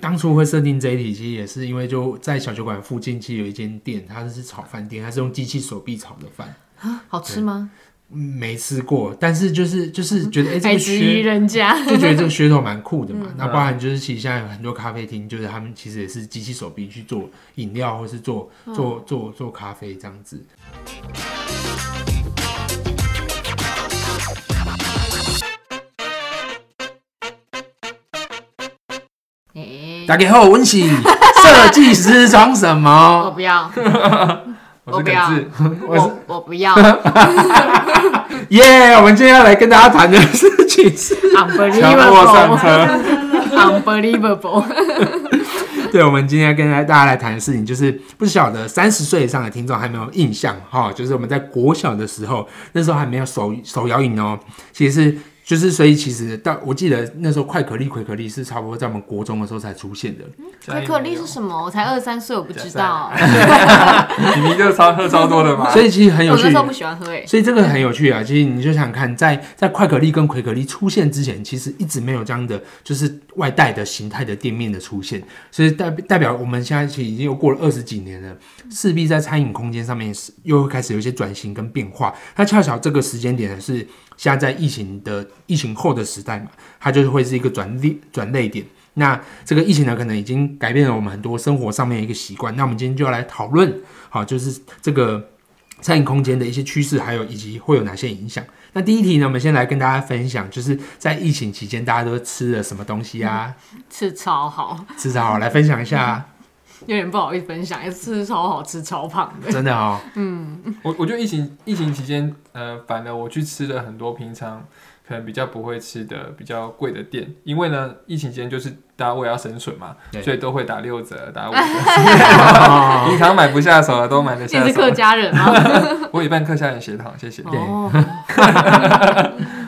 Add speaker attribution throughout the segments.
Speaker 1: 当初会设定这一题，其实也是因为就在小酒馆附近，其实有一间店，它是炒饭店，它是用机器手臂炒的饭，
Speaker 2: 啊，好吃吗？
Speaker 1: 嗯没吃过，但是就是
Speaker 2: 嗯
Speaker 1: 就是觉得哎、这
Speaker 2: 还
Speaker 1: 个
Speaker 2: 质疑
Speaker 1: 噱
Speaker 2: 人家？
Speaker 1: 就觉得这个噱头蛮酷的嘛。
Speaker 2: 嗯
Speaker 1: 那包含就是其实现在有很多咖啡厅，就是他们其实也是机器手臂去做饮料，或是做
Speaker 2: 嗯
Speaker 1: 做做做咖啡这样 子。
Speaker 2: 哎，
Speaker 1: 打给后温喜，设计师装什
Speaker 2: 我
Speaker 1: 么？
Speaker 2: 不要，
Speaker 1: 我是
Speaker 2: 我不
Speaker 1: 耿
Speaker 2: 要
Speaker 1: 志，我是
Speaker 2: 我我不要
Speaker 1: 耶我们今天要来跟大家谈的事情是强迫上
Speaker 2: ，unbelievable，unbelievable
Speaker 1: 车。。 对，我们今天跟大家来谈的事情，就是不晓得三十岁以上的听众还没有印象哈、就是我们在国小的时候，那时候还没有手手摇饮哦，其实是就是所以其实到我记得那时候快可丽、葵可丽是差不多在我们国中的时候才出现的，
Speaker 2: 可可丽是什么？我才二三岁，我不知道。
Speaker 3: 你明明就超喝超多的嘛。
Speaker 1: 所以其实很有
Speaker 2: 我哦那
Speaker 1: 趣
Speaker 2: 时。候不喜欢喝哎诶。
Speaker 1: 所以这个很有趣啊，其实你就想看，在在快可丽跟葵可丽出现之前，其实一直没有这样的就是外带的形态的店面的出现，所以代代表我们现在其实已经又过了二十几年了，势必在餐饮空间上面是又会开始有一些转型跟变化。那恰巧这个时间点呢是现在在疫情的疫情后的时代嘛，它就是会是一个转捩转类点。那这个疫情呢，可能已经改变了我们很多生活上面的一个习惯。那我们今天就要来讨论，好，就是这个餐饮空间的一些趋势，还有以及会有哪些影响。那第一题呢，我们先来跟大家分享，就是在疫情期间大家都吃了什么东西啊？
Speaker 2: 吃超好，
Speaker 1: 至少来分享一下，
Speaker 2: 有点不好意思分享，吃超好吃超 胖的。
Speaker 1: 真的哦，
Speaker 3: 我我觉得疫情疫情期间，呃，反而我去吃了很多平常可能比较不会吃的、比较贵的店，因为呢，疫情期间就是大家为了要省水嘛
Speaker 1: 对，
Speaker 3: 所以都会打六折、打五折，
Speaker 1: 啊
Speaker 3: 平常买不下手的都买得
Speaker 2: 你
Speaker 3: 下
Speaker 2: 是客
Speaker 3: 手。
Speaker 2: 家人吗？
Speaker 3: 我有一半客家人血糖，谢谢。
Speaker 1: 对
Speaker 2: 哦，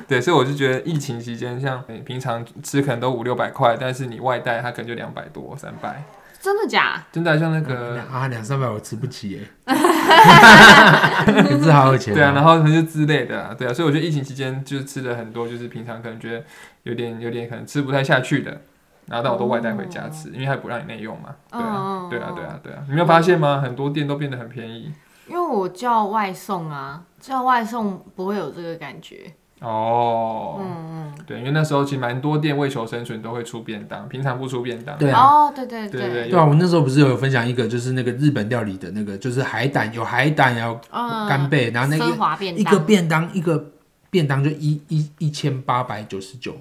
Speaker 3: 对，所以我就觉得疫情期间，像你平常吃可能都五六百块，但是你外带它可能就两百多、三百，
Speaker 2: 真的假？
Speaker 3: 真的像那个。
Speaker 1: 啊，两三百我吃不起耶， 你是好有钱
Speaker 3: 对啊，然
Speaker 1: 哦，
Speaker 3: 后就之类的、啊，对啊，所以我觉得疫情期间就是吃了很多，就是平常可能觉得有点有点可能吃不太下去的，然后但我都外带回家吃，因为它不让你内用嘛，对啊，
Speaker 2: 嗯，
Speaker 3: 对啊，对啊，对啊，你没有发现吗？很多店都变得很便宜
Speaker 2: 因为我叫外送啊，叫外送不会有这个感觉。
Speaker 3: 哦，
Speaker 2: 嗯
Speaker 3: 对，因为那时候其实蛮多店为求生存都会出便当，平常不出便当，
Speaker 1: 对
Speaker 2: 嗯，
Speaker 1: 啊。
Speaker 2: 哦，对对
Speaker 3: 对对
Speaker 1: 对啊，我那时候不是有分享一个，就是那个日本料理的那个，就是海胆有海胆，然后
Speaker 2: 嗯，
Speaker 1: 干贝，然后那
Speaker 2: 奢
Speaker 1: 个
Speaker 2: 华便
Speaker 1: 一个
Speaker 2: 当，
Speaker 1: 便当一个便当就一一一千八百九十九，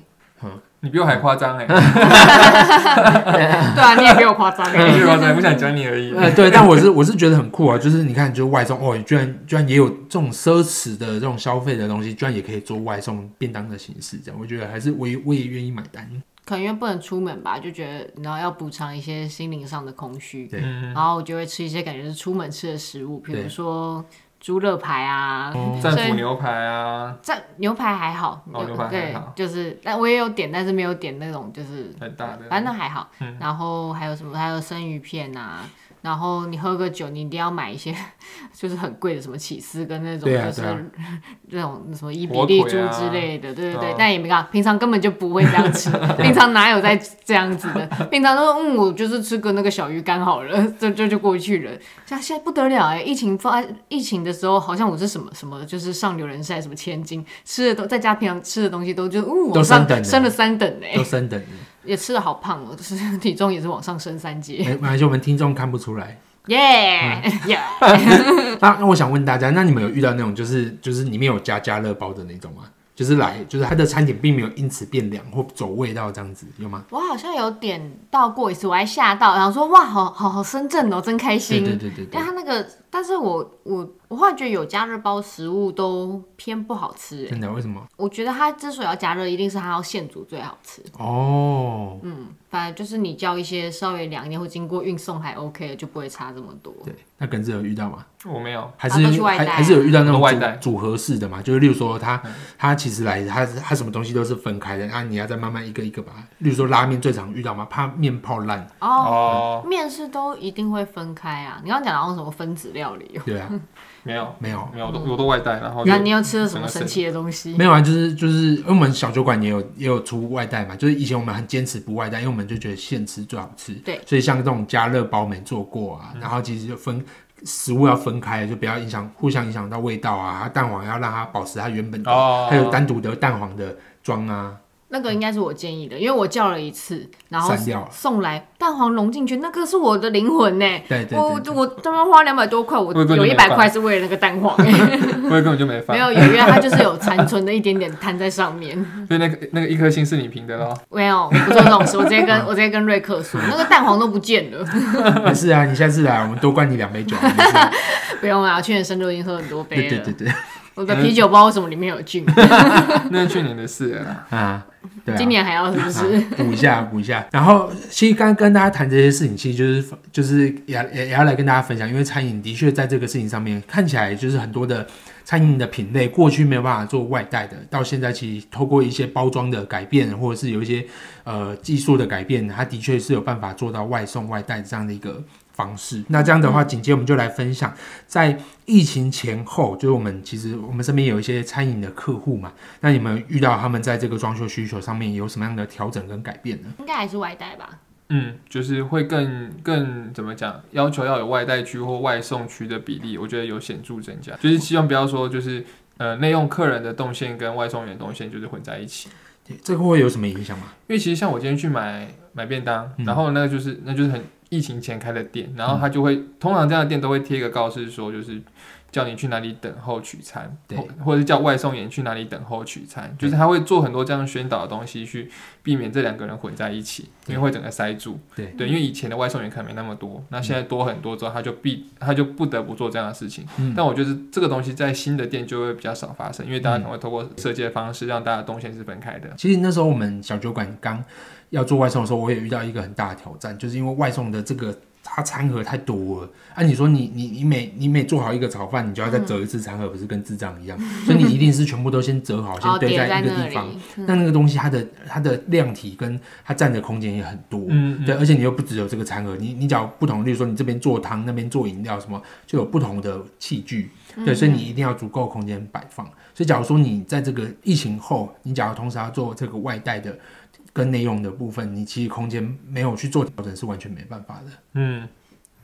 Speaker 3: 你比我还夸张哎，
Speaker 2: 对啊，你也比我夸张欸。
Speaker 3: 你比我夸张，不想讲你而已。
Speaker 1: 呃，对，但我是我是觉得很酷啊，就是你看，就是外送哦，居然居然也有这种奢侈的这种消费的东西，居然也可以做外送便当的形式，这样我觉得还是我也我也愿意买单。
Speaker 2: 可能因为不能出门吧，就觉得你知道要补偿一些心灵上的空虚，
Speaker 1: 对
Speaker 2: 然后我就会吃一些感觉是出门吃的食物，比
Speaker 1: 对
Speaker 2: 如说猪肋排啊，
Speaker 3: 哦战斧牛排啊，
Speaker 2: 这牛排还好，
Speaker 3: 哦牛排还
Speaker 2: 对
Speaker 3: 好，
Speaker 2: 就是但我也有点，但是没有点那种就是
Speaker 3: 很大的，
Speaker 2: 反正还好。
Speaker 1: 嗯
Speaker 2: 然后还有什么？还有生鱼片啊。然后你喝个酒，你一定要买一些 就是很贵的什么起司跟那种
Speaker 1: 对啊
Speaker 2: 就是、
Speaker 1: 对 啊
Speaker 2: 那种什么伊比
Speaker 3: 火
Speaker 2: 利
Speaker 3: 腿
Speaker 2: 猪
Speaker 3: 啊
Speaker 2: 之类的，对对对。
Speaker 3: 嗯
Speaker 2: 但也没干，平常根本就不会这 样吃，平常哪有在这样子的？平常都说嗯，我就是吃个那个小鱼干好了， 这就就过去了。像现在不得了哎、疫情发疫情的时候，好像我是什么什么就是上流人士还是什么千金，吃的都在家平常吃的东西都就嗯，
Speaker 1: 都
Speaker 2: 往
Speaker 1: 三
Speaker 2: 上
Speaker 1: 等了
Speaker 2: 升了三等哎、
Speaker 1: 都升等了，
Speaker 2: 也吃的好胖哦，就是 体重也是往上升三
Speaker 1: 没
Speaker 2: 阶，嗯
Speaker 1: 没关系，我们听众看不出来。
Speaker 2: 耶耶！
Speaker 1: 那那我想问大家，那你们有遇到那种就是就是里面有加加乐包的那种吗？就是来就是它的餐点并没有因此变凉或走味道这样子，有吗？
Speaker 2: 我好像有点到过一次，我还吓到，然后说哇，好好好深圳哦，真开
Speaker 1: 对
Speaker 2: 心。
Speaker 1: 对对对
Speaker 2: 因
Speaker 1: 对
Speaker 2: 为，它那个，但是我我我后来觉得有加热包食物都偏不好吃、欸，
Speaker 1: 真的为什么？
Speaker 2: 我觉得它之所以要加热，一定是它要现煮最好吃。
Speaker 1: 哦，
Speaker 2: 嗯，反正就是你叫一些稍微凉一点或经过运送还 OK 的，就不会差这么多。
Speaker 1: 对，那耿志有遇到吗？
Speaker 3: 我没有，
Speaker 1: 还
Speaker 2: 啊
Speaker 1: 是
Speaker 2: 都去外
Speaker 1: 还
Speaker 2: 带啊
Speaker 1: 还是有遇到那种
Speaker 3: 都外
Speaker 1: 组
Speaker 3: 带嗯
Speaker 1: 组合式的嘛，就是例如说它它其实来它它什么东西都是分开的，那你要再慢慢一个一个把它，例如说拉面最常遇到嘛，怕面泡烂，
Speaker 2: 哦，
Speaker 3: 哦，
Speaker 2: 面是都一定会分开啊！你刚刚讲到什么分子料料理哦。
Speaker 1: 对啊，
Speaker 3: 没有
Speaker 1: 没有
Speaker 3: 没有，我都我都外带，然
Speaker 1: 哦
Speaker 3: 后就
Speaker 2: 那你又吃了什么神奇的东西？
Speaker 1: 没有啊，就是就是，因为我们小酒馆也有也有出外带嘛，就是以前我们很坚持不外带，因为我们就觉得现吃最好吃。
Speaker 2: 对，
Speaker 1: 所以像这种加热包没做过
Speaker 3: 嗯
Speaker 1: 啊，然后其实就分食物要分开，就不要影响互相影响到味道啊，它蛋黄要让它保持它原本的，
Speaker 3: 哦
Speaker 1: 还有单独的蛋黄的装啊，
Speaker 2: 那个应该是我建议的，因为我叫了一次，然后
Speaker 1: 散掉了。
Speaker 2: 送来蛋黄融进去，那个是我的灵魂呢。
Speaker 1: 对对
Speaker 2: 我
Speaker 1: 对
Speaker 2: 我他妈花两百多块，我
Speaker 3: 我以为
Speaker 2: 有
Speaker 3: 你
Speaker 2: 一
Speaker 3: 没
Speaker 2: 百
Speaker 3: 饭
Speaker 2: 块是为了那个 蛋黄，
Speaker 3: 我也根本就没
Speaker 2: 没
Speaker 3: 饭，
Speaker 2: 有有约它就是有残存的一点点摊在上面。
Speaker 3: 所以那个那个一颗星是你评的咯。
Speaker 2: 没有，我不做这种事，我直接
Speaker 1: 啊
Speaker 2: 跟我直接跟瑞克说，那个蛋黄都不见了。
Speaker 1: 对，没事啊，你下次来，我们多灌你两杯酒啊。没事啊
Speaker 2: 不用啊，去年生日已经喝很多杯
Speaker 1: 对
Speaker 2: 了。
Speaker 1: 对对对，
Speaker 2: 我的啤酒不知道为什么里面有菌，
Speaker 3: 那是去年的事了啦，
Speaker 1: 啊，对啊。
Speaker 2: 今年还要是不 是？
Speaker 1: 啊补一下，补一下。然后，其实刚刚跟大家谈这些事情，其实就是就是也也也要来跟大家分享，因为餐饮的确在这个事情上面看起来就是很多的餐饮的品类，过去没有办法做外带的，到现在其实透过一些包装的改变，或者是有一些呃技术的改变，它的确是有办法做到外送外带这样的一个。方式，那这样的话，紧接我们就来分享，在疫情前后，就是我们其实我们身边有一些餐饮的客户嘛，那你们遇到他们在这个装修需求上面有什么样的调整跟改变呢？
Speaker 2: 应该还是外带吧。
Speaker 3: 嗯，就是会更更怎么讲，要求要有外带区或外送区的比例，我觉得有显著增加，就是希望不要说就是呃内用客人的动线跟外送员的动线就是混在一起。
Speaker 1: 对这个会有什么影响吗？
Speaker 3: 因为其实像我今天去买买便当，
Speaker 1: 嗯
Speaker 3: 然后那个就是那就是很疫情前开的店，然后他就会、通常这样的店都会贴一个告示说，就是叫你去哪里等候取餐，
Speaker 1: 对
Speaker 3: 或或者是叫外送员去哪里等候取餐，就是他会做很多这样宣导的东西，去避免这两个人混在一起，因为会整个塞住。
Speaker 1: 对
Speaker 3: 对，因为以前的外送员可能没那么多，那现在多很多之后，他就必他就不得不做这样的事情。
Speaker 1: 嗯
Speaker 3: 但我觉得这个东西在新的店就会比较少发生，因为大家可能会透过设计的方式让大家动线是分开的。
Speaker 1: 其实那时候我们小酒馆刚要做外送的时候，我也遇到一个很大的挑战，就是因为外送的这个它餐盒太多了。按、啊、你说你你你每你每做好一个炒饭，你就要再折一次餐盒，不是跟智障一样？所以你一定是全部都先折好，先
Speaker 2: 嗯哦，
Speaker 1: 堆
Speaker 2: 叠
Speaker 1: 在
Speaker 2: 在
Speaker 1: 一个地
Speaker 2: 那
Speaker 1: 方。
Speaker 2: 里，
Speaker 1: 那那个东西它的它的量体跟它占的空间也很多。
Speaker 3: 嗯，嗯
Speaker 1: 对，而且你又不只有这个餐盒，你你只要不同，例如说你这边做汤，那边做饮料什么，就有不同的器具，对，所以你一定要足够空间摆放。所以假如说你在这个疫情后，你假如同时要做这个外带的跟内用的部分，你其实空间没有去做调整是完全没办法的。
Speaker 3: 嗯，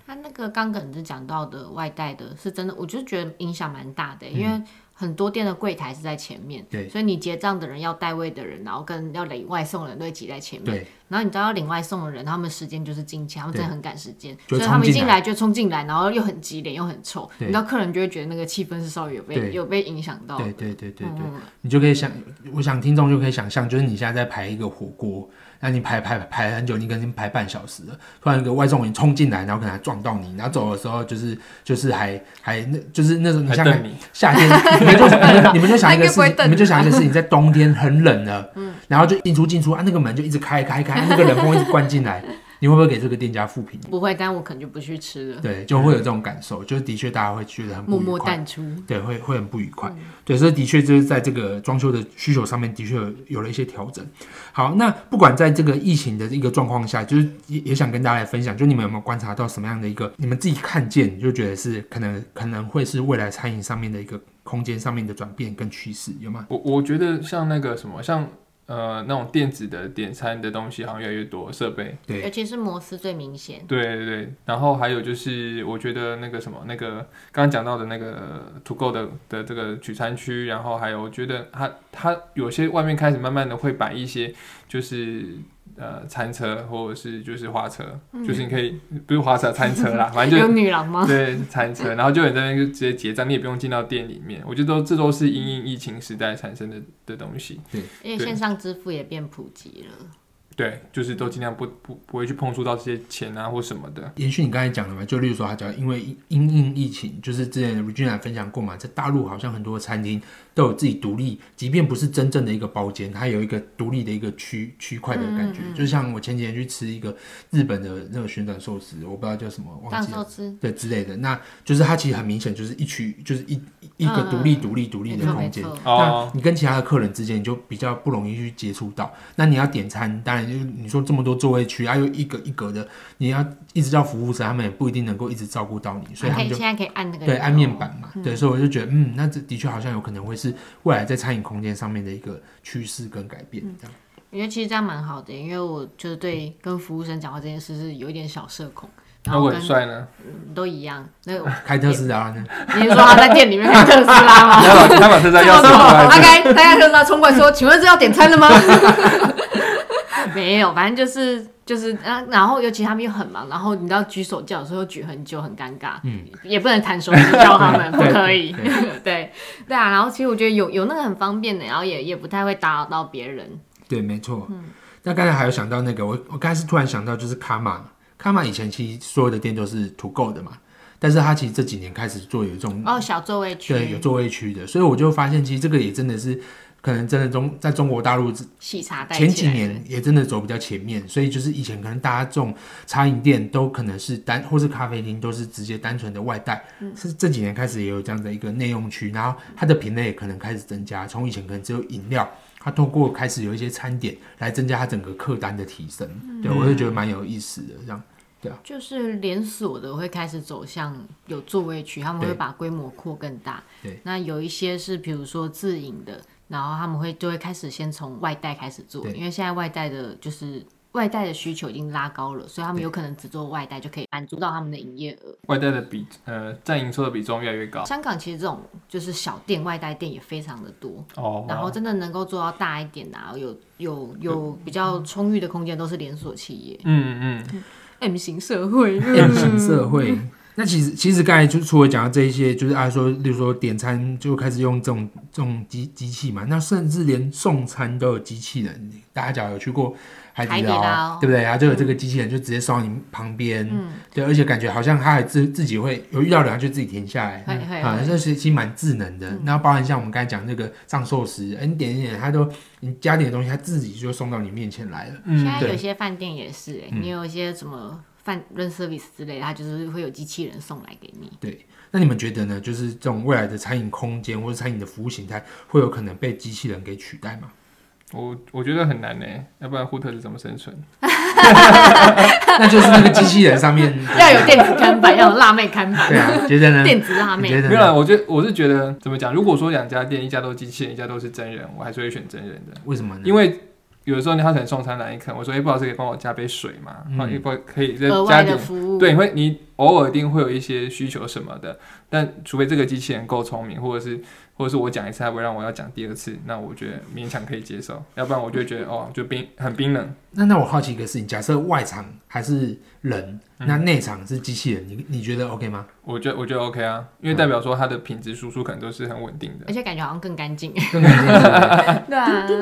Speaker 2: 他那个刚耿直讲到的外带的是真的，我就觉得影响蛮大的、欸因为很多店的柜台是在前面，
Speaker 1: 嗯对
Speaker 2: 所以你结账的人要带位的人，然后跟要领外送的人都会挤在前面，
Speaker 1: 对，
Speaker 2: 然后你知道要领外送的人，他们时间就是金钱，他们真的很赶时间，
Speaker 1: 就
Speaker 2: 所
Speaker 1: 会
Speaker 2: 以他们
Speaker 1: 冲
Speaker 2: 一
Speaker 1: 进
Speaker 2: 进来就冲进来，然后又很挤脸又很臭，
Speaker 1: 对
Speaker 2: 你知道客人就会觉得那个气氛是稍微有被
Speaker 1: 对
Speaker 2: 有被影响到的，
Speaker 1: 对对对对对，
Speaker 2: 嗯
Speaker 1: 你就可以想，我想听众就可以想象，就是你现在在排一个火锅，那你排排排很久，你可能排半小时了，突然一个外送员冲进来，然后可能还撞到你，然后走的时候就是就是还还那就是那嗯种你
Speaker 3: 还
Speaker 1: 像
Speaker 3: 瞪你。
Speaker 1: 夏 天，你们就你们你们就想一个事
Speaker 2: 他应该不会
Speaker 1: 情，
Speaker 2: 瞪嗯
Speaker 1: 你们就想一个事情，在冬天很冷了，然后就进出进出啊，那个门就一直开开开，那个冷风一直灌进来， 你会不会给这个店家负评？
Speaker 2: 不会，但我可能就不去吃了，
Speaker 1: 对，就会有这种感受，就是的确大家会觉得很不愉
Speaker 2: 默
Speaker 1: 快。
Speaker 2: 默淡出。
Speaker 1: 对，会会很不愉快。对，所以的确就是在这个装修的需求上面，的确有有了一些调整。好，那不管在这个疫情的一个状况下，就是也也想跟大家来分享，就你们有没有观察到什么样的一个，你们自己看见你就觉得是可能可能会是未来餐饮上面的一个空间上面的转变跟趋势，有吗？
Speaker 3: 我我觉得像那个什么，像呃那种电子的点餐的东西，好像越来越多设备。
Speaker 1: 对
Speaker 2: 尤其是摩斯最明显，
Speaker 3: 对对对，然后还有就是，我觉得那个什么，那个刚刚讲到的那个 to go 的的这个取餐区，然后还有我觉得它它有些外面开始慢慢的会摆一些就是呃餐车或者是就是花车，就是你可以不是花车餐车 啦，反正
Speaker 2: 嗯
Speaker 3: 就
Speaker 2: 有女郎吗？
Speaker 3: 对，餐车，然后就有人在那边就直接结账，你也不用进到店里面。我觉得都这都是因应疫情时代产生的的东西。
Speaker 2: 因为线上支付也变普及了。
Speaker 3: 对，就是都尽量不不不会去碰触到这些钱啊或什么的。
Speaker 1: 延续你刚才讲的嘛，就例如说，他讲因为因应疫情，就是之前 Regina 分享过嘛，在大陆好像很多餐厅都有自己独立，即便不是真正的一个包间，它有一个独立的一个区区块的感觉。就像我前几天去吃一个日本的那个旋转寿司，我不知道叫什么，忘
Speaker 2: 当
Speaker 1: 记了。
Speaker 2: 寿司，
Speaker 1: 对之类的，那就是它其实很明显就是一区，就是一一一个独立、独立、独立的
Speaker 2: 嗯没错
Speaker 1: 空
Speaker 2: 没
Speaker 1: 间
Speaker 2: 错。
Speaker 1: 那
Speaker 3: 哦，
Speaker 1: 你跟其他的客人之间，你就比较不容易去接触到。那你要点餐，当然就你说这么多座位区，还、有一格一格的，你要一直叫服务生，他们也不一定能够一直照顾到你，所以他
Speaker 2: 可
Speaker 1: 们
Speaker 2: 以
Speaker 1: 就
Speaker 2: 现在可以按那个
Speaker 1: 对
Speaker 2: 钮
Speaker 1: 按面板嘛，对，所以我就觉得，嗯，那这的确好像有可能会是未来在餐饮空间上面的一个趋势跟改变，
Speaker 2: 嗯
Speaker 1: 这样。
Speaker 2: 我觉得其实这样蛮好的，因为我就是对跟服务生讲话这件事是有一点小社恐，然
Speaker 3: 那
Speaker 2: 后
Speaker 3: 我
Speaker 2: 跟
Speaker 3: 很帅呢，
Speaker 2: 都一样。那 个
Speaker 1: 开特斯拉呢？
Speaker 2: 你是说他在店里面开特斯拉吗？
Speaker 3: 他把他把特斯拉 钥匙
Speaker 2: 这么
Speaker 3: 放
Speaker 2: 大
Speaker 3: 在
Speaker 2: 概大概特斯拉冲过来说：“请问是要点餐了吗？” 没有，反正就是就是，啊然后尤其他们又很忙，然后你知道举手叫有时候举很久，很尴尬，
Speaker 1: 嗯，
Speaker 2: 也不能弹手指叫他 们，不可以，
Speaker 1: 对
Speaker 2: 对 对啊。然后其实我觉得有有那个很方便的，然后也也不太会打扰到别人，
Speaker 1: 对，没错。
Speaker 2: 嗯
Speaker 1: 那刚才还有想到那个，我我刚才是突然想到就是卡玛，卡玛以前其实所有的店都是土购的嘛，但是它其实这几年开始做有一种
Speaker 2: 哦，小座位
Speaker 1: 嗯对有
Speaker 2: 区、
Speaker 1: 座位区的，所以我就发现其实这个也真的是。可能真的中在中国大陆
Speaker 2: 喜茶带
Speaker 1: 前
Speaker 2: 起
Speaker 1: 几
Speaker 2: 来的
Speaker 1: 年也真的走比较前面，所以就是以前可能大家这种餐饮店都可能是单或是咖啡厅都是直接单纯的外带，是这几年开始也有这样的一个内用区，然后它的品类也可能开始增加，从以前可能只有饮料，它通过开始有一些餐点来增加它整个客单的提升，对我就觉得蛮有意思的这样。
Speaker 2: 就是连锁的会开始走向有座位区，他们会
Speaker 1: 对
Speaker 2: 把规模扩更大。
Speaker 1: 对，
Speaker 2: 那有一些是比如说自营的，然后他们会就会开始先从外带开始做，
Speaker 1: 对
Speaker 2: 因为现在外带的就是外带的需求已经拉高了，所以他们
Speaker 1: 对
Speaker 2: 有可能只做外带就可以满足到他们的营业额。
Speaker 3: 外带的比呃占营收的比重越来越
Speaker 1: 啊
Speaker 3: 高
Speaker 2: 香港其实这种就是小店外带店也非常的多，
Speaker 3: 哦
Speaker 2: 然后真的能够做到大一点的、啊，有有有
Speaker 1: 嗯
Speaker 2: 比较充裕的空间都是连锁企业
Speaker 3: 嗯嗯，
Speaker 2: ，M 型社会，
Speaker 1: M 型社会。
Speaker 2: 嗯
Speaker 1: 那其实其实刚才就除了讲到这一些，就是啊说，例如说点餐就开始用这种这种机机器嘛，那甚至连送餐都有机器人。大家假如有去过海底捞，
Speaker 2: 海底捞嗯
Speaker 1: 对不对？它就有这个机器人，就直接送到你旁边。对，而且感觉好像它还自自己会有遇到人，它就自己停下来。
Speaker 2: 会会
Speaker 1: 啊
Speaker 2: 会，嗯
Speaker 1: 这是其实蛮智能的。然后包含像我们刚才讲那个藏寿司，哎，你点一点，它都你加点东西，它自己就送到你面前来了。
Speaker 2: 现
Speaker 3: 嗯
Speaker 2: 在
Speaker 1: 对
Speaker 2: 有些饭店也是、欸，
Speaker 1: 嗯
Speaker 2: 你有一些什么饭 room service 之类的，它就是会有机器人送来给你。
Speaker 1: 那你们觉得呢？就是这种未来的餐饮空间或者餐饮的服务形态，会有可能被机器人给取代吗？
Speaker 3: 我我觉得很难呢，要不然 h o o t e r 是怎么生存？
Speaker 1: 那就是那个机器人上面，
Speaker 2: 要有电子看 板，要有辣妹看板，
Speaker 1: 对啊，觉得呢？
Speaker 2: 电子辣
Speaker 1: 你
Speaker 2: 妹
Speaker 1: 觉。得
Speaker 3: 没有啊
Speaker 1: 呢？
Speaker 3: 啦，我觉得我是觉得怎么讲？如果说两家店，一家都是机器人，一家都是真人，我还是会选真人的，
Speaker 1: 为什么呢？
Speaker 3: 因
Speaker 1: 为
Speaker 3: 为有的时候他可能送餐来一刻，我说哎、不好意思，可以帮我加杯水嘛？
Speaker 1: 嗯
Speaker 3: 或者不可以再
Speaker 2: 额
Speaker 3: 加
Speaker 2: 外的
Speaker 3: 点
Speaker 2: 服务，
Speaker 3: 对，你会你偶尔一定会有一些需求什么的，但除非这个机器人够聪明，或者是或者是我讲一次，它不会让我要讲第二次，那我觉得勉强可以接受，要不然我就 会觉得哦，就冰很冰冷。
Speaker 1: 那那我好奇一个事情，假设外场还是人，那内场是机器人，你你觉得 OK 吗？
Speaker 3: 我觉得我觉得 OK 啊，
Speaker 2: 嗯
Speaker 3: 因为代表说它的品质输出可能都是很稳 定的。
Speaker 2: 而且感觉好像更干 净。
Speaker 1: 更感兴趣吗
Speaker 2: 对啊，就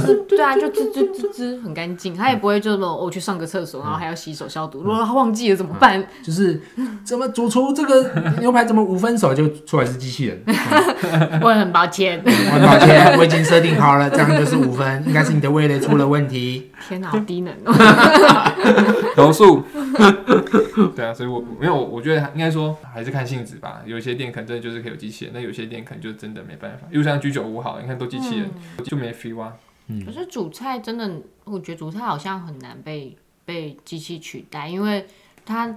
Speaker 2: 是对啊，就吱吱吱吱，很干净。他也不会就什么我去上个厕所，然后还要洗手消毒。如果他忘记了怎么 办？
Speaker 1: 就是怎么主厨这个牛排怎么五分熟就出来是机器人？嗯
Speaker 2: 我很抱歉。
Speaker 1: 我很抱歉，我已经设定好了，这样就是五分，应该是你的味蕾出了问题。
Speaker 2: 天哪，好低能哦！
Speaker 3: 投诉。 对啊，所以我没有，我觉得应该说还是看性质吧。有些店可能真的就是可以有机器人，那有些店可能就真的没办法。又像居酒屋好了，你看都机器人，就没 feel 啊。
Speaker 1: 嗯
Speaker 2: 可是煮菜真的，我觉得煮菜好像很难被被机器取代，因为它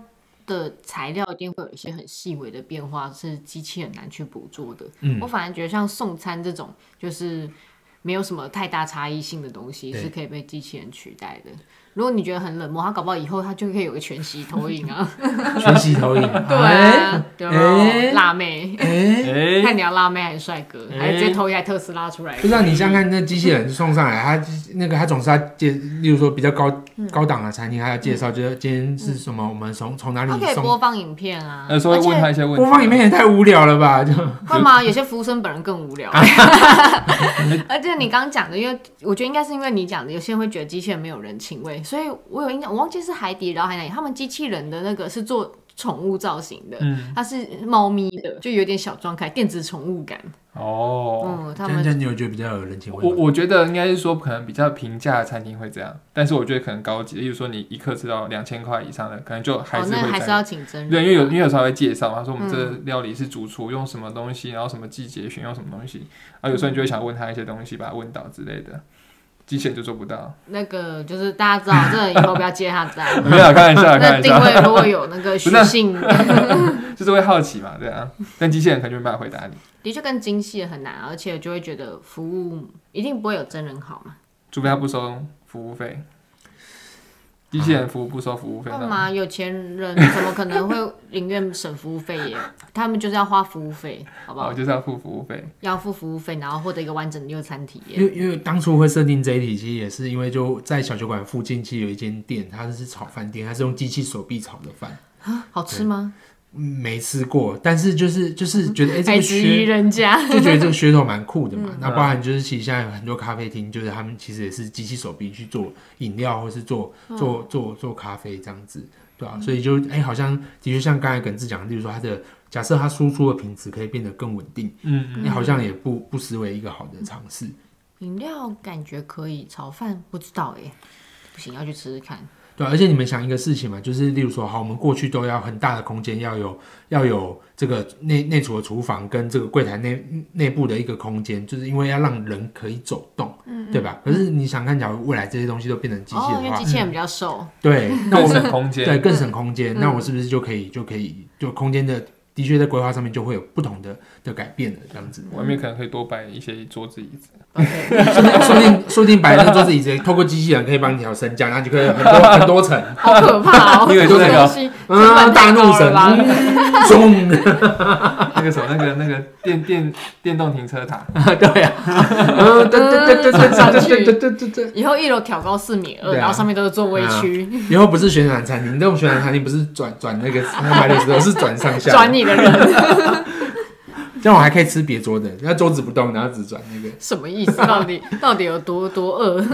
Speaker 2: 的材料一定会有一些很细微的变化，是机器很难去捕捉的。
Speaker 1: 嗯
Speaker 2: 我反而觉得像送餐这种，就是没有什么太大差异性的东西
Speaker 1: 对
Speaker 2: 是可以被机器人取代的。如果你觉得很冷漠，它搞不好以后它就可以有个全息投影啊，
Speaker 1: 全息投影，
Speaker 2: 对啊，对
Speaker 1: 哎
Speaker 2: 啊，辣妹，
Speaker 1: 哎，
Speaker 3: 哎、
Speaker 2: 看你要辣妹还是帅哥，还是直接投一台特斯拉出来
Speaker 1: 就。让你想想看，那机器人送上来，他那个他总是要介，例如说比较高、
Speaker 2: 嗯
Speaker 1: 高档的餐厅，他要介绍，就是今天是什么，我们从从哪里
Speaker 2: 它可以
Speaker 1: 送。呃
Speaker 2: 播放影片啊，
Speaker 3: 那时候会
Speaker 2: 而且
Speaker 3: 问他一些问题，
Speaker 1: 播放影片也太无聊了吧？就
Speaker 2: 会吗？有些服务生本人更无 聊。而且你刚刚讲的，因为我觉得应该是因为你讲的，有些人会觉得机器人没有人情味，所以我有印象，我忘记是海底捞还是哪里，他们机器人的那个是做宠物造型的，
Speaker 3: 嗯，
Speaker 2: 它是猫咪的，就有点小装开电子宠物感。
Speaker 3: 哦，
Speaker 2: 嗯，他
Speaker 1: 这样
Speaker 2: 们
Speaker 1: 这样，你有觉得比较有人情味
Speaker 3: 我
Speaker 1: 吗？
Speaker 3: 我觉得应该是说可能比较平价的餐厅会这样，但是我觉得可能高级，例如说你一克吃到两千块以上的，可能就还
Speaker 2: 哦，
Speaker 3: 是
Speaker 2: 那
Speaker 3: 会
Speaker 2: 还
Speaker 3: 这
Speaker 2: 是
Speaker 3: 样。
Speaker 2: 要请真人。啊嗯
Speaker 3: 对，因为有因为有时候他会介绍嘛，他说我们这个料理是主厨用什么东
Speaker 2: 嗯
Speaker 3: 西，然后什么季节选用什么东西，然后有时候你就会想问他一些东西，把他问到之类的。机器人就做不到。
Speaker 2: 那个就是大家知道，这个以后不要接他的单。
Speaker 3: 没 有，开玩笑，开
Speaker 2: 那
Speaker 3: 玩
Speaker 2: 定
Speaker 3: 笑，
Speaker 2: 位如果有那个
Speaker 3: 是
Speaker 2: 虚
Speaker 3: 那
Speaker 2: 性，
Speaker 3: 就是会好奇嘛，对啊。但机器人可能就没办法回答你，
Speaker 2: 的确更精细很难，而且就会觉得服务一定不会有真人好嘛？
Speaker 3: 除非他不收服务费。机器人服务不收服务费，
Speaker 2: 干
Speaker 3: 那
Speaker 2: 嘛？有钱人怎么可能会宁愿省服务费耶？ 他们就是要花服务费，好不
Speaker 3: 我
Speaker 2: 好？
Speaker 3: 哦就是要付服 务费。
Speaker 2: 要付服务费，然后获得一个完整的用餐体验。
Speaker 1: 因为因为当初会设定这一题，其实也是因为就在小酒馆附近，其实有一间店，它是炒饭店，它是用机器手臂炒的饭，
Speaker 2: 啊好吃吗？
Speaker 1: 嗯没吃过，但是就是就是觉得哎、这
Speaker 2: 还
Speaker 1: 个
Speaker 2: 质疑
Speaker 1: 噱
Speaker 2: 人家？
Speaker 1: 就觉得这个噱头蛮酷的嘛。那
Speaker 3: 嗯
Speaker 1: 包含就是其实现在有很多咖啡厅，就是他们其实也是机器手臂去做饮料，或是做做做做咖啡这样子，对啊，所以就哎、好像的确像刚才耿志讲的，例如说它的假设它输出的品质可以变得更稳定，
Speaker 3: 嗯，
Speaker 1: 你好像也不不失为一个好的尝试。
Speaker 2: 饮料感觉可以，炒饭不知道耶，不行，要去吃吃看。
Speaker 1: 对啊、而且你们想一个事情嘛，就是例如说，好，我们过去都要很大的空间，要有要有这个内内厨的厨房跟这个柜台内内部的一个空间，就是因为要让人可以走动，对吧？可是你想看，假如未来这些东西都变成机器
Speaker 2: 嗯哦，
Speaker 1: 的
Speaker 2: 因为
Speaker 1: 话，
Speaker 2: 机器人比 较瘦，
Speaker 1: 对，那
Speaker 3: 更
Speaker 1: 我们
Speaker 3: 省空间。
Speaker 1: 对更省空
Speaker 2: 嗯
Speaker 1: 间，那我是不是就可以就可以就空间的的确在规划上面就会有不同的的改变了，这样 子。
Speaker 3: 外面可能可以多摆一些桌子椅子，
Speaker 2: OK，
Speaker 1: 说不定说不定说不定摆那个桌子椅子，透过机器人可以帮你调升降，然后就可以有很多很多 层，
Speaker 2: 好可怕哦！
Speaker 3: 你以为
Speaker 2: 这
Speaker 3: 是那
Speaker 2: 个
Speaker 3: 个
Speaker 2: 东
Speaker 3: 哦
Speaker 2: 西成
Speaker 1: 嗯，大
Speaker 2: 本太
Speaker 1: 怒
Speaker 2: 高
Speaker 1: 神
Speaker 2: 了吧？，
Speaker 1: 中。
Speaker 3: 那个什么，那个那个电电电动停车塔，
Speaker 1: 对呀、嗯，对对对对对对对对对对。
Speaker 2: 以后一楼挑高四米二，
Speaker 1: 对啊嗯
Speaker 2: 然后上面都是座位 区，
Speaker 1: 以后不是旋转餐厅，这种旋转餐厅不是转转 那个三百六十度，是转上下。
Speaker 2: 转你的人，
Speaker 1: 这样我还可以吃别桌的，那桌子不动，然后只转那个。
Speaker 2: 什么意思？到底到底有多多饿？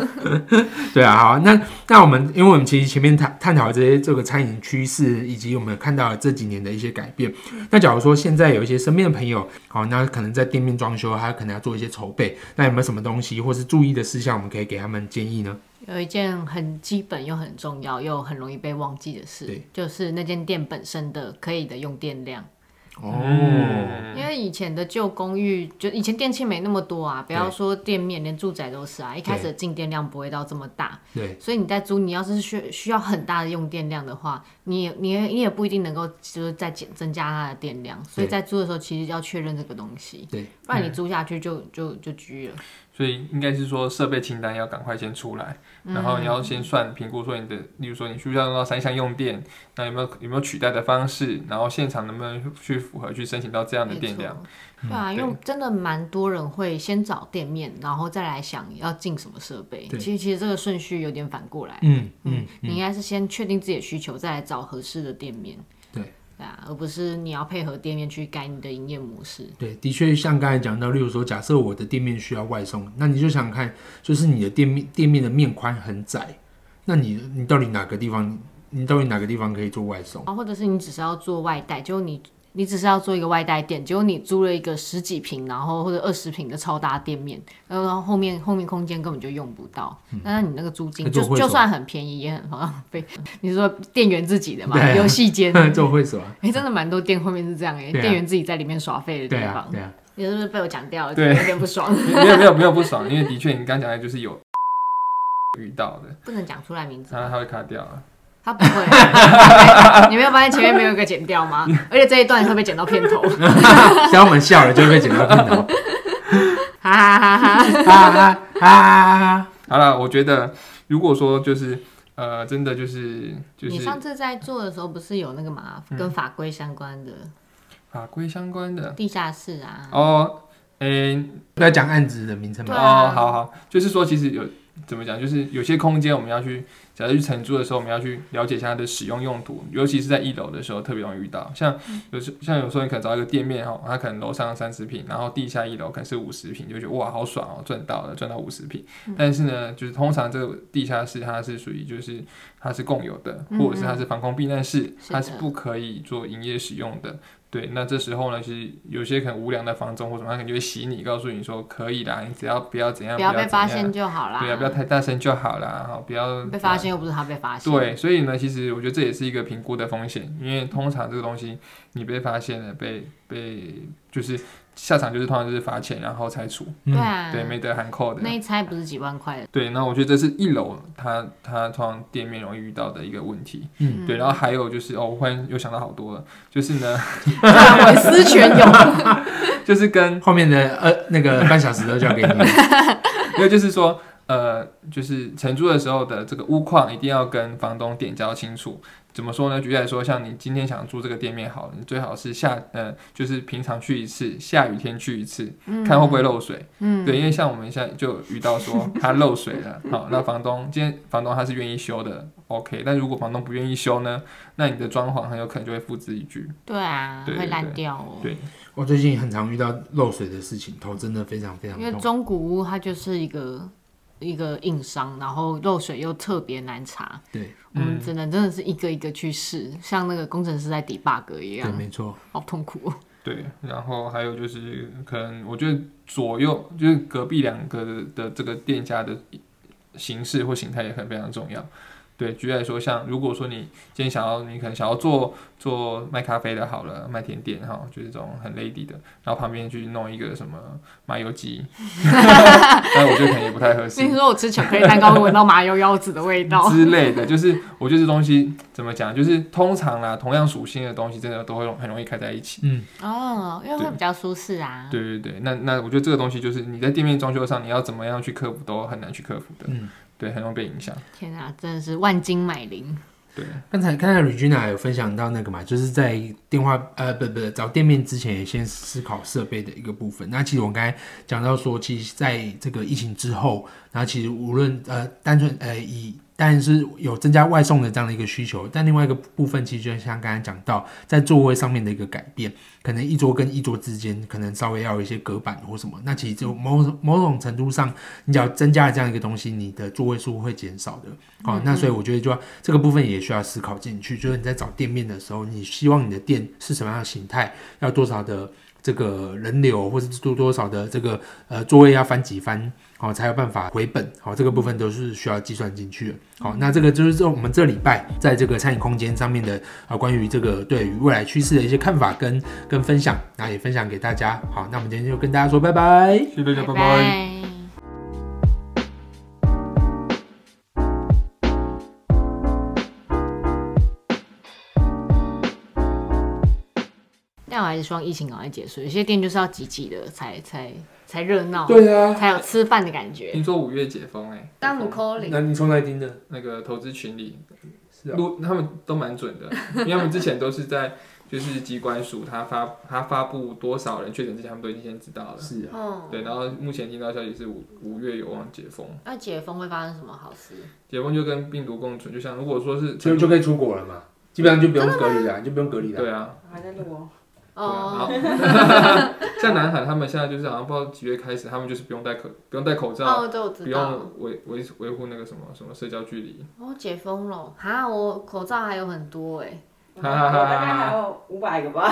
Speaker 1: 对啊，好啊，那那我们因为我们其实前面探探讨这些这个餐饮趋势，以及我们看到这几年的一些改变。那假如说现在有一些身边的朋友，好、那可能在店面装修，他可能要做一些筹备，那有没有什么东西或是注意的事项，我们可以给他们建议呢？
Speaker 2: 有一件很基本又很重要又很容易被忘记的事
Speaker 1: 对，
Speaker 2: 就是那间店本身的可以的用电量。
Speaker 1: 哦，
Speaker 3: 嗯
Speaker 2: 因为以前的旧公寓，就以前电器没那么多啊，不要说店面，连住宅都是啊。一开始的进电量不会到这么大，
Speaker 1: 对，
Speaker 2: 所以你在租，你要是需需要很大的用电量的话，你也你也你也不一定能够就是再减增加它的电量。所以在租的时候，其实要确认这个东西，
Speaker 1: 对，嗯
Speaker 2: 不然你租下去就就就居了。
Speaker 3: 所以应该是说设备清单要赶快先出来，
Speaker 2: 嗯
Speaker 3: 然后你要先算评估说你的，例如说你需不需要用到三项用电，那有没有有没有取代的方式，然后现场能不能去符合去申请到这样的电量？
Speaker 1: 嗯
Speaker 2: 没错。对啊，因为真的蛮多人会先找店面，然后再来想要进什么设备。
Speaker 1: 对
Speaker 2: 其实其实这个顺序有点反过来。
Speaker 1: 嗯嗯，
Speaker 2: 你应该是先确定自己的需求，再来找合适的店面。
Speaker 1: 对
Speaker 2: 对啊，而不是你要配合店面去改你的营业模式。
Speaker 1: 对，的确像刚才讲到，例如说，假设我的店面需要外送，那你就想看，就是你的店面店面的面宽很窄，那你你到底哪个地方，你到底哪个地方可以做外送？
Speaker 2: 啊，或者是你只是要做外带，结果你你只是要做一个外带店，结果你租了一个十几平，然后或者二十平的超大店面，然后后面后面空间根本就用不到，那你那个租金
Speaker 1: 嗯那做
Speaker 2: 就
Speaker 1: 会所
Speaker 2: 就算很便宜，也很浪费。 你是说店员自己的嘛
Speaker 1: 对，啊
Speaker 2: 游戏间，
Speaker 1: 做会所啊？
Speaker 2: 哎、真的蛮多店后面是这样哎、
Speaker 1: 对啊
Speaker 2: 店员自己在里面耍废的
Speaker 1: 对
Speaker 2: 地
Speaker 1: 啊
Speaker 2: 方，，
Speaker 1: 对啊，
Speaker 2: 你是不是被我讲掉了？
Speaker 3: 对
Speaker 2: 有点不爽，
Speaker 3: 没有没有没有不爽， 因为的确你刚讲的就是有遇到的，
Speaker 2: 不能讲出来名字
Speaker 3: 然后它会卡掉啊。
Speaker 2: 他不会， 你没有发现前面没有一个剪 掉吗？而且这一段会被剪到片头， 哈
Speaker 1: 只要我们笑了，就会被剪到镜 头，
Speaker 2: 哈哈哈。
Speaker 1: 啊啊啊！
Speaker 3: 好了，我觉得如果说就是呃，真的就是就
Speaker 2: 你
Speaker 3: 是嗯
Speaker 2: 上次在做的时候，不是有那个嘛，跟法规相关的
Speaker 3: 法规相关的
Speaker 2: 地下室啊？
Speaker 3: 哦，诶、
Speaker 1: 不要讲案子的名称
Speaker 2: 对
Speaker 1: 嘛。
Speaker 2: 啊
Speaker 3: 哦，好好，就是说，其实有怎么讲，就是有些空间我们要去，假如去承租的时候，我们要去了解一下它的使用用途，尤其是在一楼的时候特别容易遇到。像
Speaker 2: 嗯
Speaker 3: 有时像有时候你可能找一个店面哈，它可能楼上三十平，然后地下一楼可能是五十平，就觉得哇好爽哦，赚到了，赚到五十平。
Speaker 2: 嗯
Speaker 3: 但是呢，就是通常这个地下室它是属于就是它是共有的，或者是它是防空避难室，
Speaker 2: 嗯是
Speaker 3: 它是
Speaker 2: 的
Speaker 3: 不可以做营业使用的。对，那这时候呢，其实有些可能无良的房东或什么，他可能就会洗你，告诉你说可以啦，你只要不要怎样，
Speaker 2: 不要
Speaker 3: 哎不要
Speaker 2: 被发
Speaker 3: 怎样啊
Speaker 2: 现就好啦。
Speaker 3: 对啊，不要太大声就好啦，哈，不要
Speaker 2: 被发现，又不是他被发现。
Speaker 3: 对，所以呢，其实我觉得这也是一个评估的风险，因为通常这个东西你被发现了，被被就是下场就是通常就是罚钱，然后拆除，
Speaker 2: 对啊，
Speaker 3: 嗯对，没得含扣的
Speaker 2: 那。一猜不是几万块的，
Speaker 3: 对，那我觉得这是一楼它它通常店面容易遇到的一个问题。
Speaker 1: 嗯
Speaker 3: 对，然后还有就是哦，我忽然又想到好多了，就是呢，
Speaker 2: 粉丝全有。
Speaker 3: 就是跟
Speaker 1: 后面的呃那个半小时都交给 你。
Speaker 3: 因为就是说，呃，就是承租的时候的这个屋况一定要跟房东点交清楚。怎么说呢？举例来说，像你今天想租这个店面好了，你最好是下呃，就是平常去一次，下雨天去一次，看会不会漏水。
Speaker 2: 嗯，
Speaker 3: 对，因为像我们现在就有遇到说它漏水了，好，那房东今天房东他是愿意修的，OK。但如果房东不愿意修呢，那你的装潢很有可能就会付之一炬。
Speaker 2: 对啊，
Speaker 3: 对
Speaker 2: 会烂掉哦。
Speaker 3: 对
Speaker 1: 我最近很常遇到漏水的事情，头真的非常非常
Speaker 2: 因为
Speaker 1: 痛。
Speaker 2: 中古屋它就是一个一个硬伤，然后漏水又特别难查，
Speaker 1: 对
Speaker 2: 我们
Speaker 3: 嗯
Speaker 2: 只能真的是一个一个去试，像那个工程师在 debug
Speaker 1: 对，
Speaker 2: 一样，
Speaker 1: 没错，
Speaker 2: 好痛苦、哦。
Speaker 3: 对，然后还有就是可能我觉得左右就是隔壁两个的的这个店家的形式或形态也很非常重要。对，举例来说，像如果说你今天想要，你可能想要做做卖咖啡的好了，卖甜点哈，就是这种很 lady 的，然后旁边去弄一个什么麻油鸡，但我觉得可能也不太合适
Speaker 2: 所以说我吃巧克力蛋糕会闻到麻油腰子的味道，
Speaker 3: 之类的，就是我觉得这东西怎么讲，就是通常啦，同样属性的东西真的都会很容易开在一起。
Speaker 1: 嗯，
Speaker 2: 哦，因为会比较舒适啊。
Speaker 3: 对对对，那那我觉得这个东西就是你在店面装修上，你要怎么样去克服都很难去克服的，
Speaker 1: 嗯
Speaker 3: 对，很容易被影响。
Speaker 2: 天啊，真的是万金买零。
Speaker 3: 对，
Speaker 1: 刚才刚才 Regina 有分享到那个嘛，就是在电话呃不不找店面之前，也先思考设备的一个部分。那其实我刚才讲到说，其实在这个疫情之后，然后其实无论呃单纯呃以当然是有增加外送的这样的一个需求，但另外一个部分其实就像刚才讲到，在座位上面的一个改变，可能一桌跟一桌之间可能稍微要有一些隔板或什么，那其实就某种某种程度上，你只要增加了这样一个东西，你的座位数会减少的。好、哦那所以我觉得就要这个部分也需要思考进去，就是你在找店面的时候，你希望你的店是什么样的形态，要多少的这个人流，或是多多少的这个呃座位要翻几番，好、才有办法回本。好、这个部分都是需要计算进去的。好、那这个就是这我们这礼拜在这个餐饮空间上面的啊、呃关于这个对于未来趋势的一些看法跟跟分享，那也分享给大家。好，那我们今天就跟大家说拜拜。
Speaker 3: 谢谢大家，拜拜
Speaker 2: 拜。但我还是希望疫情赶快结束，有些店就是要挤挤的才才才热闹，
Speaker 1: 对啊，
Speaker 2: 才有吃饭的感觉。
Speaker 3: 听说五月解封哎、欸，
Speaker 2: 当
Speaker 3: 解
Speaker 2: 你
Speaker 3: 封
Speaker 2: calling，
Speaker 1: 你从哪里听的？
Speaker 3: 那个投资群里
Speaker 1: 是啊，
Speaker 3: 录、他们都蛮准的，因为他们之前都是在就是机关署他发他发布多少人确诊之前，他们都已经先知道了。
Speaker 1: 是啊，
Speaker 2: 嗯，
Speaker 3: 对，然后目前听到消息是五五月有望解封，
Speaker 2: 那解封会发生什么好事？
Speaker 3: 解封就跟病毒共存，就像如果说是
Speaker 1: 就就可以出国了嘛，基本上就不用隔离了，你就不用隔离了。
Speaker 3: 对啊，
Speaker 4: 还在录哦。
Speaker 3: 对啊，
Speaker 2: 哦，
Speaker 3: 然后像南韩他们现在就是好像不知道几月开始，他们就是不用戴口不用戴口罩，
Speaker 2: 哦，这我
Speaker 3: 不
Speaker 2: 知道。
Speaker 3: 用维维维护那个什么什么社交距 离。
Speaker 2: 哦，解封了，哈，我口罩还有很多哎，
Speaker 4: 我大概还有五百个吧，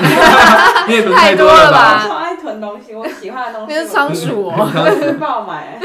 Speaker 3: 你也囤
Speaker 2: 太
Speaker 3: 多
Speaker 2: 多了
Speaker 3: 吧？
Speaker 4: 超爱囤东西，我喜欢的东
Speaker 2: 那
Speaker 4: 西。
Speaker 2: 是仓鼠哦。
Speaker 4: 我都是爆买，